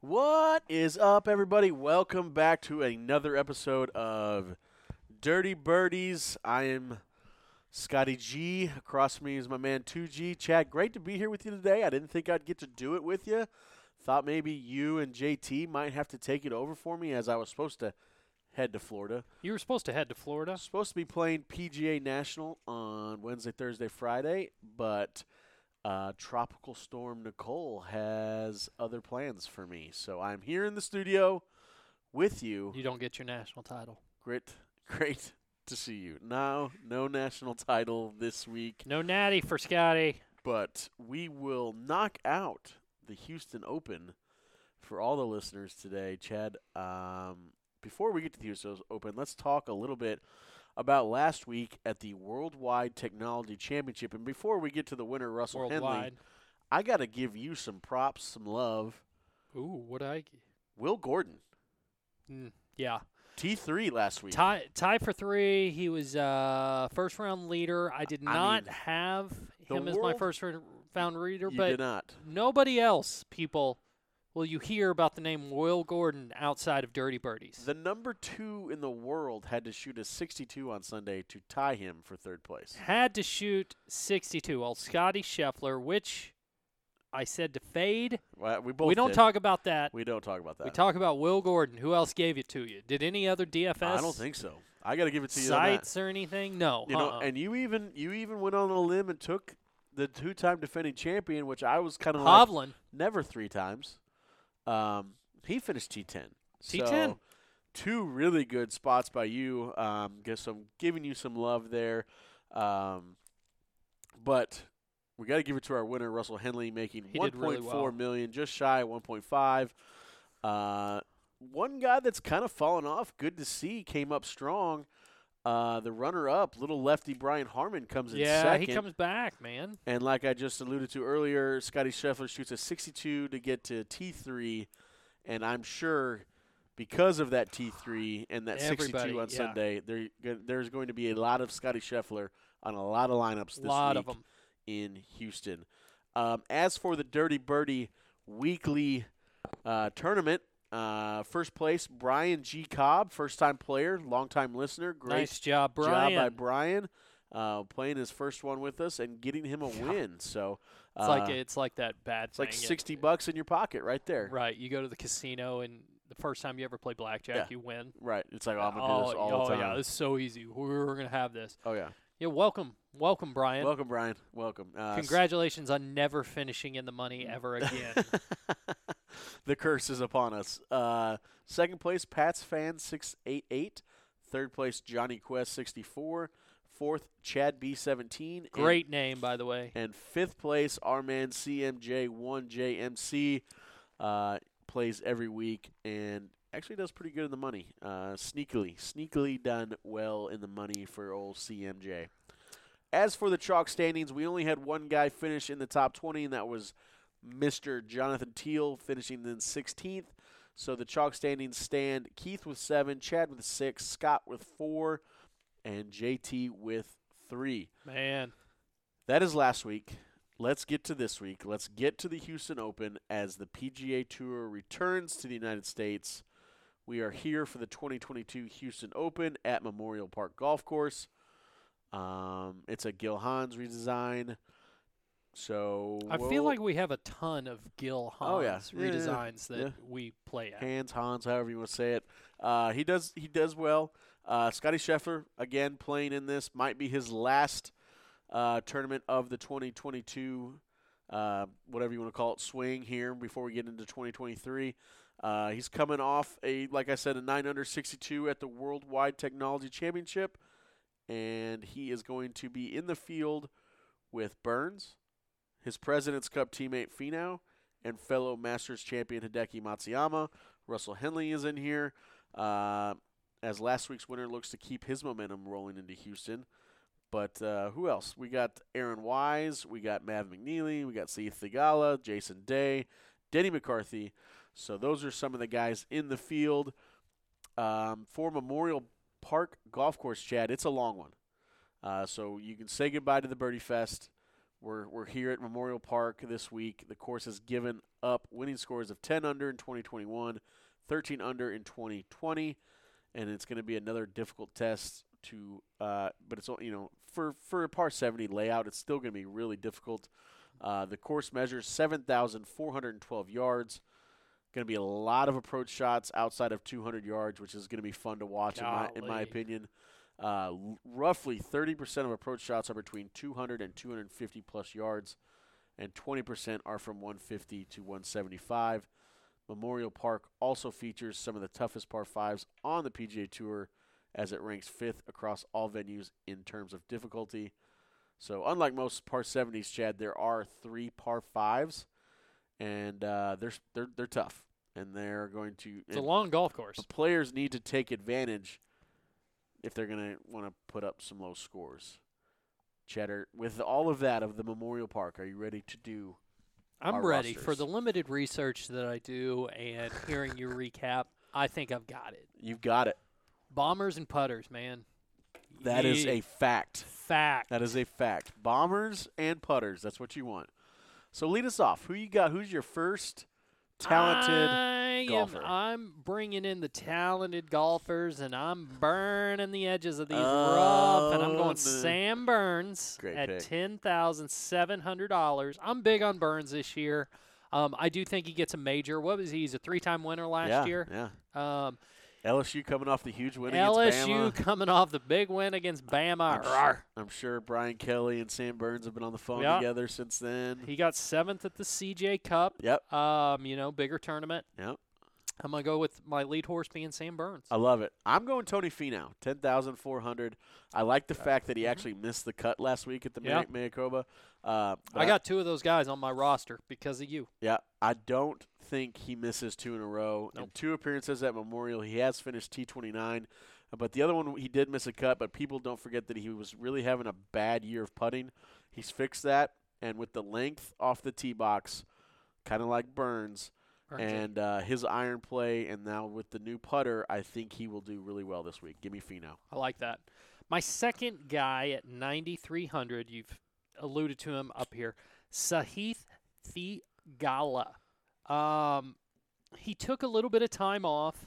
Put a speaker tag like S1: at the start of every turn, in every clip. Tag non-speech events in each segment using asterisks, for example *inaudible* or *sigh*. S1: What is up, everybody? Welcome back to another episode of Dirty Birdies. I am Scotty G. Across me is my man 2G. Chad, great to be here with you today. I didn't think I'd get to do it with you. Thought maybe you and JT might have to take it over for me as I was supposed to head to Florida.
S2: You were supposed to head to Florida.
S1: Supposed to be playing PGA National on Wednesday, Thursday, Friday, but uh, Tropical Storm Nicole has other plans for me. So I'm here in the studio with you.
S2: You don't get your national title.
S1: Great, *laughs* great to see you. No, no national title this week,
S2: No natty for Scotty.
S1: but we will knock out the Houston Open for all the listeners today. Chad, um, before we get to the Houston Open, let's talk a little bit about last week at the Worldwide Technology Championship. And before we get to the winner, Russell Henley,
S2: Worldwide.
S1: I got to give you some props, some love.
S2: Ooh, what I?
S1: Will Gordon,
S2: Mm, yeah,
S1: T3 last week.
S2: tie tie for three. He was uh, first round leader. I did
S1: I
S2: not
S1: mean,
S2: have
S1: the
S2: him as my
S1: world-
S2: first round reader,
S1: you
S2: but
S1: did not.
S2: nobody else, people, will you hear about the name Will Gordon outside of Dirty Birdies?
S1: The number two in the world had to shoot a 62 on Sunday to tie him for third place.
S2: Had to shoot 62. Old Scotty Scheffler, which I said to fade.
S1: Well, we both
S2: We don't
S1: did.
S2: talk about that.
S1: We don't talk about that.
S2: We talk about Will Gordon. Who else gave it to you? Did any other DFS
S1: I don't think so. I got to give it to you. on that.
S2: sites or anything? No.
S1: You know,
S2: uh-uh.
S1: and you even you even went on a limb and took the two-time defending champion, which I was kind of like
S2: Hovland,
S1: never three times. Um, he finished T10.
S2: T10.
S1: So, two really good spots by you. Um, guess I'm giving you some love there. Um, but we got to give it to our winner, Russell Henley, making
S2: He
S1: one
S2: did really
S1: point four million,
S2: well.
S1: just shy of 1.5. Uh, one guy that's kind of fallen off, good to see, came up strong. Uh, the runner-up, little lefty Brian Harmon, comes in
S2: yeah,
S1: second.
S2: he comes back, man.
S1: And like I just alluded to earlier, Scotty Scheffler shoots a 62 to get to T3, and I'm sure because of that T3 and that 62
S2: Everybody,
S1: on
S2: yeah.
S1: Sunday, there go- there's going to be a lot of Scotty Scheffler on a lot of lineups this
S2: A lot
S1: week
S2: of them.
S1: in Houston. Um, as for the Dirty Birdie weekly uh, tournament, uh, first place Brian G. Cobb, first time player, long time listener, great
S2: Nice job, Brian.
S1: job by Brian uh, playing his first one with us and getting him a
S2: Yeah.
S1: win. So uh,
S2: it's like it's like that bad
S1: it's like
S2: thing. It-
S1: sixty bucks in your pocket right there. Right.
S2: Right. You go to the casino and the first time you ever play blackjack,
S1: Yeah.
S2: you win.
S1: It's like oh, I'm gonna
S2: oh,
S1: do this all
S2: oh,
S1: the time.
S2: yeah, it's so easy. We're gonna have this.
S1: oh yeah.
S2: Yeah, welcome, welcome, Brian.
S1: Welcome, Brian. Welcome. Uh, s-
S2: Congratulations on never finishing in the
S1: Mm.
S2: money
S1: *laughs*
S2: ever again.
S1: the curse is upon us. Uh, second place, Pats fan six eight eight. Third place, Johnny Quest sixty four. Fourth, Chad B seventeen.
S2: Great name, by the way.
S1: And fifth place, our man CMJ1JMC uh, plays every week and actually does pretty good in the money. Uh, sneakily, sneakily done well in the money for old CMJ. As for the chalk standings, we only had one guy finish in the top 20, and that was Mr. Jonathan Teal, finishing in 16th. So the chalk standings stand Keith with seven, Chad with six, Scott with four, and JT with three.
S2: Man,
S1: That is last week. Let's get to this week. Let's get to the Houston Open as the PGA Tour returns to the United States. We are here for the 2022 Houston Open at Memorial Park Golf Course. Um, it's a Gil Hans redesign. So
S2: I
S1: we'll-
S2: feel like we have a ton of Gil Hans
S1: Oh, yeah. Yeah, yeah, yeah.
S2: redesigns that
S1: Yeah.
S2: we play at.
S1: Hans, Hans, however you want to say it. Uh, he does he does well. Uh, Scotty Scheffler again playing in this might be his last uh, tournament of the 2022, uh, whatever you want to call it, swing here before we get into 2023. Uh, he's coming off a like I said a 9 under 62 at the Worldwide Technology Championship, and he is going to be in the field with Burns, his President's Cup teammate Finau, and fellow Masters champion Hideki Matsuyama. Russell Henley is in here. Uh, as last week's winner looks to keep his momentum rolling into Houston. But uh, who else? We got Aaron Wise, we got Mav McNeely, we got Seth Thigala, Jason Day, Denny McCarthy. So those are some of the guys in the field. Um, for Memorial Park Golf Course, Chad, it's a long one. Uh, so you can say goodbye to the Birdie Fest. We're, we're here at Memorial Park this week. The course has given up winning scores of 10 under in 2021, 13 under in 2020, and it's going to be another difficult test to. Uh, but it's all- you know for for a par 70 layout, it's still going to be really difficult. Uh, the course measures 7,412 yards. Going to be a lot of approach shots outside of 200 yards, which is going to be fun to watch in my, in my
S2: Golly.
S1: opinion. Uh, l- roughly 30% of approach shots are between 200 and 250 plus yards, and 20% are from 150 to 175. Memorial Park also features some of the toughest par fives on the PGA Tour, as it ranks fifth across all venues in terms of difficulty. So, unlike most par 70s, Chad, there are three par fives, and uh, they're s- they're they're tough, and they're going to.
S2: It's a
S1: and
S2: long golf course.
S1: the players need to take advantage if they're going to want to put up some low scores. Cheddar, with all of that of the Memorial Park, are you ready to do?
S2: I'm
S1: our
S2: ready for
S1: rosters.
S2: the limited research that I do and hearing you recap. I think I've got it.
S1: You've got it.
S2: Bombers and putters, man.
S1: That is
S2: Ye-
S1: a fact.
S2: fact.
S1: That is a fact. Bombers and putters. That's what you want. So lead us off. Who you got? Who's your first talented?
S2: I am-
S1: golfer.
S2: I'm bringing in the talented golfers, and I'm burning the edges of these rough. And I'm
S1: Oh,
S2: going
S1: no.
S2: Sam Burns
S1: Great
S2: at
S1: pick.
S2: ten thousand seven hundred dollars. I'm big on Burns this year. Um, I do think he gets a major. What was he? He's a three-time winner last
S1: yeah,
S2: year.
S1: yeah.
S2: Um,
S1: LSU coming off the huge win against
S2: LSU
S1: Bama.
S2: coming off the big win against Bama.
S1: I'm
S2: Rawr.
S1: sure, I'm sure Brian Kelly and Sam Burns have been on the phone
S2: Yeah.
S1: together since then.
S2: He got seventh at the CJ Cup.
S1: yep,
S2: Um, you know, bigger tournament.
S1: yep.
S2: I'm gonna go with my lead horse being Sam Burns.
S1: I love it. I'm going Tony Finau, ten thousand four hundred. I like the fact that he
S2: mhm.
S1: actually missed the cut last week at the
S2: Yeah.
S1: May Mayakoba. Uh, but
S2: I got two of those guys on my roster because of you.
S1: yeah. I don't think he misses two in a row. In
S2: Nope.
S1: two appearances at Memorial, he has finished T29, but the other one he did miss a cut. But people don't forget that he was really having a bad year of putting. He's fixed that, and with the length off the tee box, kind of like Burns,
S2: Burns it.
S1: and uh, his iron play, and now with the new putter, I think he will do really well this week. Give me Finau.
S2: I like that. My second guy at 9,300, you've alluded to him up here, Sahith Theegala. Um, he took a little bit of time off.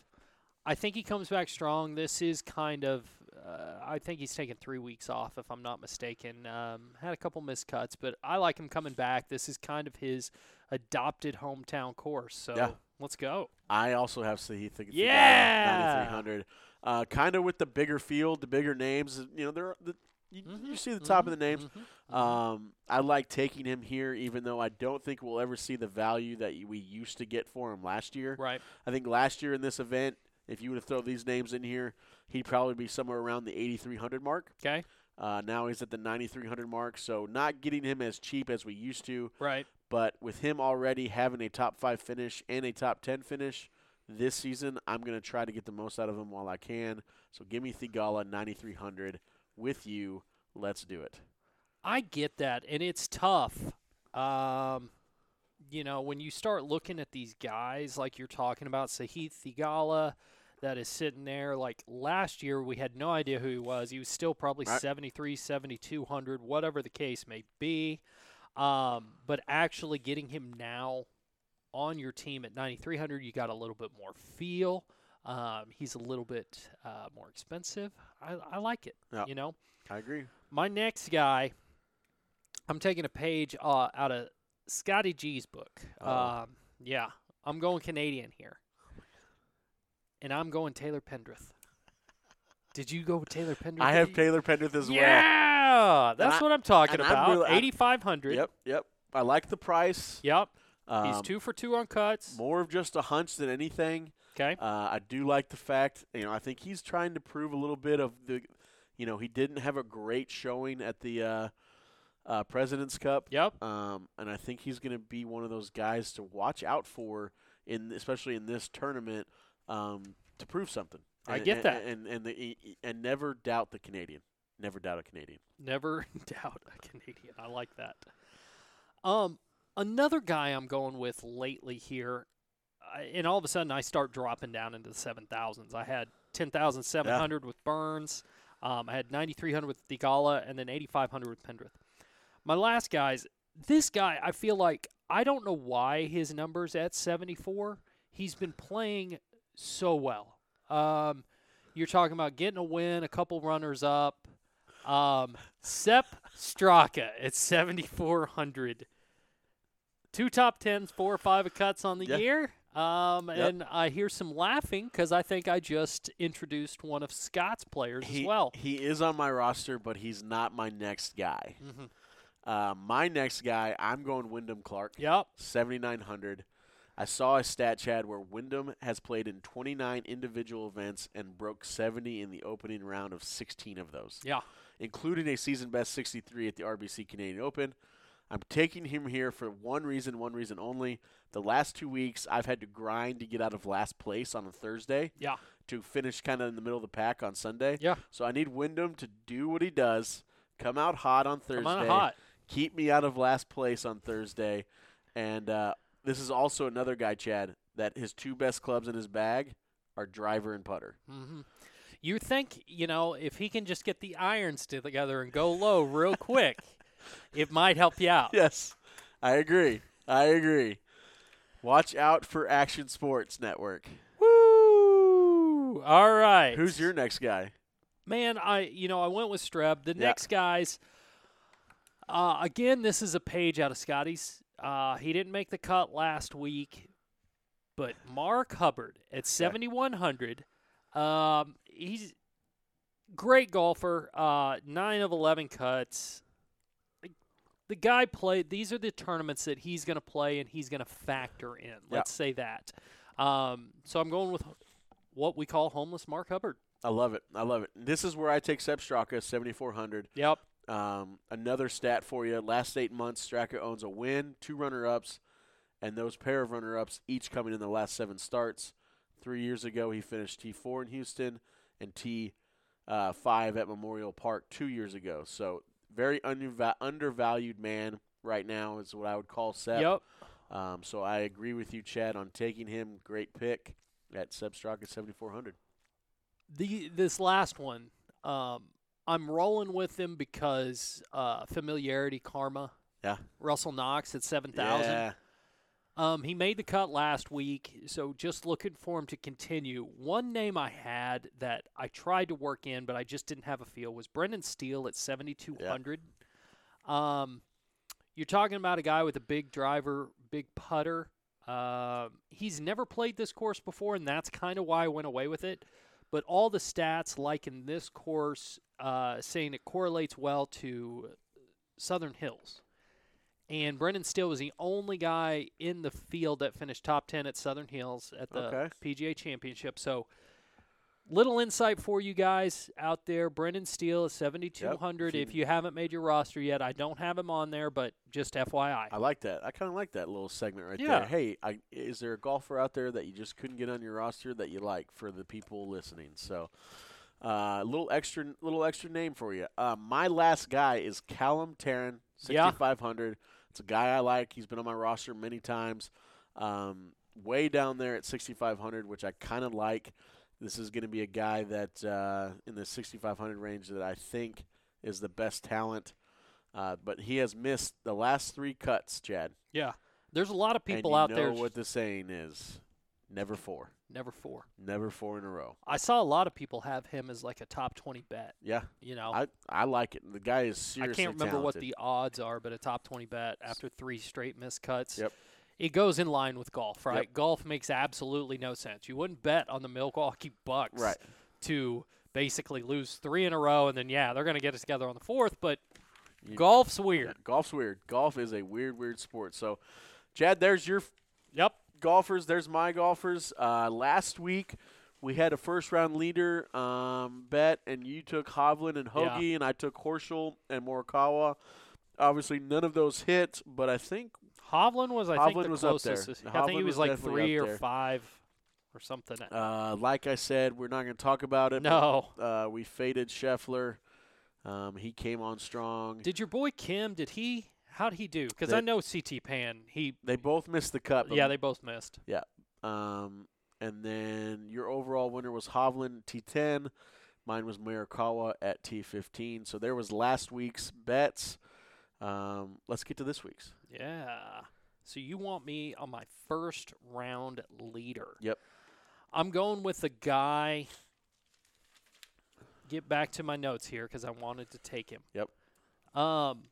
S2: I think he comes back strong. This is kind of, uh, I think he's taken three weeks off, if I'm not mistaken. Um, had a couple missed cuts, but I like him coming back. This is kind of his adopted hometown course. So
S1: Yeah.
S2: let's go.
S1: I also have Sahith. Thig- Thigala,
S2: Yeah!
S1: 9,300. Uh, kind of with the bigger field, the bigger names. You know, they're the, you, you
S2: Mhm,
S1: see the top
S2: mhm,
S1: of the names.
S2: mhm, mhm.
S1: Um, I like taking him here, even though I don't think we'll ever see the value that y- we used to get for him last year.
S2: right.
S1: I think last year in this event, if you would have thrown these names in here, he'd probably be somewhere around the 8,300 mark.
S2: Okay.
S1: Uh, now he's at the 9,300 mark, so not getting him as cheap as we used to.
S2: Right.
S1: But with him already having a top five finish and a top 10 finish this season, I'm going to try to get the most out of him while I can. So give me Thigala 9,300 with you. Let's do it.
S2: I get that, and it's tough. Um, you know, when you start looking at these guys like you're talking about, Sahith Thigala, that is sitting there. Like last year, we had no idea who he was. He was still probably
S1: Right.
S2: seventy three, seventy two hundred, 73, 7200, whatever the case may be. Um, but actually getting him now on your team at 9300, you got a little bit more feel. Um, he's a little bit uh, more expensive. I, I like it,
S1: Yeah.
S2: you know?
S1: I agree.
S2: My next guy, I'm taking a page uh, out of Scotty G's book.
S1: Uh-oh.
S2: Um, yeah, I'm going Canadian here, and I'm going
S1: *laughs*
S2: Taylor Pendrith. Did you go with Taylor Pendrith?
S1: I have Taylor Pendrith as well.
S2: Yeah, that's
S1: I-
S2: what I'm talking
S1: and I'm
S2: about.
S1: really- I'm-
S2: 8,500.
S1: Yep, yep. I like the price.
S2: Yep.
S1: Um,
S2: He's two for two on cuts.
S1: More of just a hunch than anything.
S2: Okay.
S1: Uh, I do like the fact, you know, I think he's trying to prove a little bit of the, you know, he didn't have a great showing at the uh, uh, President's Cup.
S2: Yep.
S1: Um, and I think he's going to be one of those guys to watch out for, in especially in this tournament, um, to prove something.
S2: I
S1: And-
S2: get
S1: and,
S2: that.
S1: and and, the, and never doubt the Canadian. Never doubt a Canadian.
S2: Never *laughs* doubt a Canadian. I like that. Um, another guy I'm going with lately here, I, and all of a sudden I start dropping down into the seven thousands. I had ten thousand seven hundred with Burns. Um, I had ninety three hundred with Degala, and then eighty five hundred with Pendrith. My last guys, this guy, I feel like I don't know why his numbers at 74. He's been playing so well. Um, you're talking about getting a win, a couple runners up. Um, Sep Straka at 7400. Two top tens, four or five cuts on the
S1: Yeah.
S2: year. Um,
S1: Yep.
S2: And I hear some laughing because I think I just introduced one of Scott's players
S1: He,
S2: as well.
S1: he is on my roster, but he's not my next guy.
S2: Mm-hmm.
S1: Uh, my next guy, I'm going Wyndham Clark.
S2: Yep.
S1: 7,900. I saw a stat, Chad, where Wyndham has played in 29 individual events and broke 70 in the opening round of 16 of those,
S2: Yeah.
S1: including a season best 63 at the RBC Canadian Open. I'm taking him here for one reason, one reason only. The last two weeks, I've had to grind to get out of last place on a Thursday
S2: Yeah.
S1: to finish kind of in the middle of the pack on Sunday.
S2: Yeah.
S1: So I need Wyndham to do what he does, come out hot on Thursday
S2: Come on hot.
S1: keep me out of last place on Thursday. And uh, this is also another guy, Chad, that his two best clubs in his bag are driver and putter.
S2: hmm You think, you know, if he can just get the irons together and go low real quick, it might help
S1: *laughs*
S2: you out.
S1: Yes, I agree. I agree. Watch out for Action Sports Network.
S2: Woo! All right.
S1: Who's your next guy?
S2: man? I, you know, I went with Streb. The
S1: Yeah.
S2: next guys. Uh, again, this is a page out of Scotty's. Uh, he didn't make the cut last week, but Mark Hubbard at 7,100. Um, he's great golfer. Uh, nine of 11 cuts. The guy played. These are the tournaments that he's going to play and he's going to factor in. Let's say that. Um, so I'm going with what we call homeless Mark Hubbard.
S1: I love it. I love it. This is where I take Seb Straka, 7,400.
S2: Yep.
S1: Um, another stat for you. Last eight months, Straka owns a win, two runner ups, and those pair of runner ups each coming in the last seven starts. Three years ago, he finished T4 in Houston and T5 at Memorial Park two years ago. So, very underva- undervalued man right now is what I would call Seb.
S2: Yep.
S1: Um, so, I agree with you, Chad, on taking him. Great pick at Seb Straka 7,400.
S2: The this last one, um, I'm rolling with them because uh, familiarity karma.
S1: Yeah.
S2: Russell Knox at seven thousand.
S1: Yeah.
S2: Um, he made the cut last week, so just looking for him to continue. One name I had that I tried to work in, but I just didn't have a feel was Brendan Steele at 7,200. Um, you're talking about a guy with a big driver, big putter. Um, he's never played this course before, and that's kind of why I went away with it. But all the stats, like in this course, uh, saying it correlates well to Southern Hills. And Brendan Steele was the only guy in the field that finished top 10 at Southern Hills at the
S1: Okay.
S2: PGA Championship. So, little insight for you guys out there. Brendan Steele is
S1: If
S2: 7,200.
S1: you-
S2: If you haven't made your roster yet, I don't have him on there, but just FYI.
S1: I like that. I kind of like that little segment right
S2: Yeah.
S1: there. Hey, I, is there a golfer out there that you just couldn't get on your roster that you like for the people listening? So, a Uh, little extra, little extra name for you. Uh, my last guy is Callum Tarrant,
S2: Yeah.
S1: 6500. It's a guy I like. He's been on my roster many times. Um, way down there at 6500, which I kind of like. This is going to be a guy that uh, in the 6500 range that I think is the best talent. Uh, but he has missed the last three cuts, Chad.
S2: Yeah. There's a lot of people
S1: and you
S2: out
S1: know
S2: there.
S1: what the saying is: never four,
S2: never four.
S1: never four in a row.
S2: I saw a lot of people have him as like a top 20 bet.
S1: Yeah,
S2: You know, I,
S1: I, I like it. The guy is seriously.
S2: Oh. can't remember what
S1: talented.
S2: the odds are, but a top 20 bet after three straight missed cuts.
S1: Yep.
S2: It goes in line with golf, right?
S1: Yep.
S2: Golf makes absolutely no sense. You wouldn't bet on the Milwaukee Bucks
S1: right.
S2: to basically lose three in a row, and then, yeah, they're going to get it together on the fourth, but
S1: You-
S2: golf's weird.
S1: Golf's weird. Golf is a weird, weird sport. So, Chad, there's your f-
S2: Yep.
S1: golfers. There's my golfers. Uh, last week we had a first round leader um, bet, and you took Hovland and
S2: Yeah.
S1: Hoagie, and I took Horschel and Morikawa. Obviously, none of those hit, but I think
S2: Hovland was, I think,
S1: Hovland
S2: the
S1: was up there.
S2: closest. I
S1: Hovland
S2: think he was,
S1: was
S2: like
S1: definitely up
S2: three or
S1: there.
S2: five or something.
S1: Uh, like I said, we're not going to talk about it. but,
S2: no.
S1: Uh, we faded Scheffler. Um, he came on strong.
S2: Did your boy Kim? Did he? How did he do? Because I
S1: They-
S2: know CT Pan. He.
S1: they both missed the cut. but-
S2: Yeah, they both missed.
S1: Um, and then your overall winner was Hovland T10. Mine was Morikawa at T15. So there was last week's bets. Um, let's get to this week's.
S2: Yeah. So you want me on my first round leader?
S1: Yep.
S2: I'm going with the guy. Get back to my notes here because I wanted to take him.
S1: Yep.
S2: Um,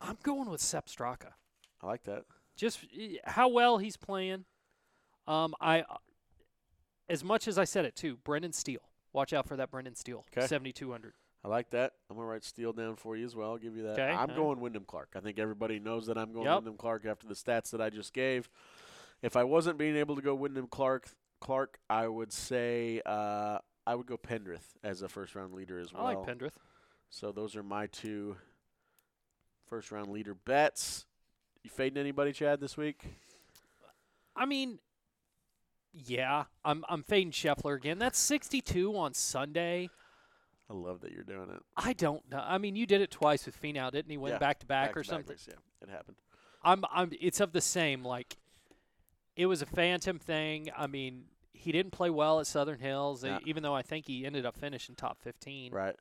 S2: I'm going with Sep Straka.
S1: I like that.
S2: Just eh, how well he's playing. Um, I, as much as I said it too, Brendan Steele. Watch out for that Brendan Steele,
S1: 'Kay.
S2: 7,200.
S1: I like that. I'm gonna write Steele down for you as well. I'll give you that.
S2: 'Kay,
S1: I'm
S2: all right.
S1: going Wyndham Clark. I think everybody knows that I'm going
S2: Yep.
S1: Wyndham Clark after the stats that I just gave. If I wasn't being able to go Wyndham Clark, Clark, I would say uh, I would go Pendrith as a first round leader as well.
S2: I like Pendrith.
S1: So those are my two first round leader bets. You fading anybody, Chad, this week?
S2: I mean, yeah, I'm I'm fading Scheffler again. That's 62 on Sunday.
S1: I love that you're doing it.
S2: I don't know. I mean, you did it twice with Finau, didn't he?
S1: Yeah,
S2: Went back to back or
S1: to
S2: something.
S1: weeks, yeah, it happened.
S2: I'm I'm. It's of the same. Like, it was a phantom thing. I mean, he didn't play well at Southern Hills, e-
S1: Yeah.
S2: even though I think he ended up finishing top 15.
S1: Right.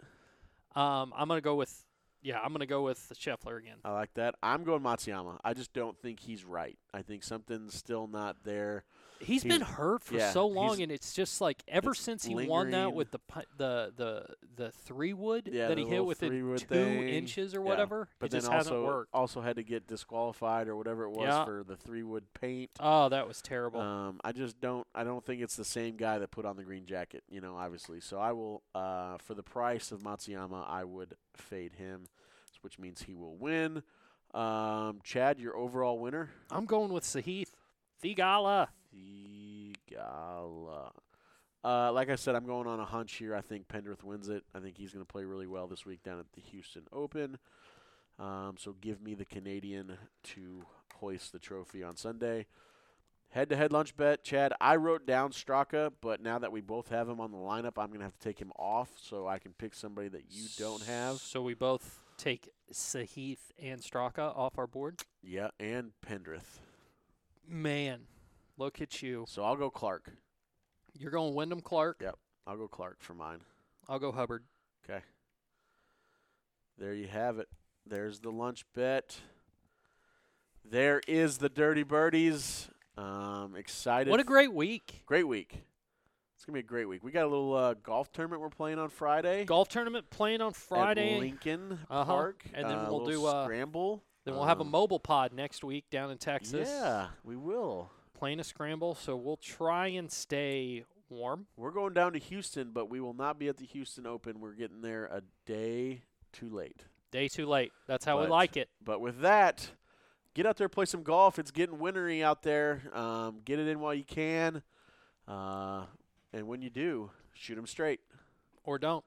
S2: Um, I'm gonna go with yeah. I'm gonna go with Scheffler again.
S1: I like that. I'm going Matsuyama. I just don't think he's right. I think something's still not there.
S2: he's
S1: he's-
S2: been hurt for
S1: yeah,
S2: so long,
S1: he's-
S2: and it's just like ever
S1: it's
S2: since he won that
S1: lingering.
S2: with the pu- the the the three wood
S1: Yeah,
S2: that
S1: the
S2: he hit
S1: little
S2: within
S1: three-wood
S2: two
S1: thing.
S2: inches or
S1: Yeah,
S2: whatever,
S1: But
S2: it
S1: then
S2: just
S1: also
S2: hasn't worked.
S1: also had to get disqualified or whatever it was
S2: Yeah.
S1: for the three wood paint.
S2: Oh, that was terrible.
S1: Um, I just don't. I don't think it's the same guy that put on the green jacket. You know, obviously. So I will. Uh, for the price of Matsuyama, I would fade him, which means he will win. Um, Chad, your overall winner,
S2: I'm going with Sahith Thigala.
S1: Igala. Uh, like I said, I'm going on a hunch here. I think Pendrith wins it. I think he's going to play really well this week down at the Houston Open. Um, so give me the Canadian to hoist the trophy on Sunday. Head to head lunch bet, Chad. I wrote down Straka, but now that we both have him on the lineup, I'm going to have to take him off so I can pick somebody that you don't have.
S2: So we both take Sahith and Straka off our board.
S1: Yeah, and Pendrith.
S2: Man, look at you.
S1: So I'll go Clark.
S2: You're going Wyndham Clark.
S1: I'll go Clark for mine.
S2: I'll go Hubbard.
S1: There you have it. There's the lunch bet. There is the Dirty Birdies. Um, excited.
S2: What a great week.
S1: great week. It's gonna be a great week. We got a little uh, golf tournament we're playing on Friday.
S2: Golf tournament playing on
S1: at
S2: Friday.
S1: Lincoln
S2: Uh-huh.
S1: Park,
S2: And then
S1: Uh, a
S2: we'll
S1: little
S2: do, uh,
S1: scramble.
S2: Then we'll have a
S1: Um,
S2: mobile pod next week down in Texas.
S1: Yeah, we will.
S2: playing a scramble, so we'll try and stay warm.
S1: We're going down to Houston, but we will not be at the Houston Open. We're getting there a day too late.
S2: Day too late. That's how we
S1: But-
S2: like it.
S1: But with that, get out there, play some golf. It's getting wintry out there. Um, get it in while you can. Uh, and when you do, shoot 'em straight.
S2: Or don't.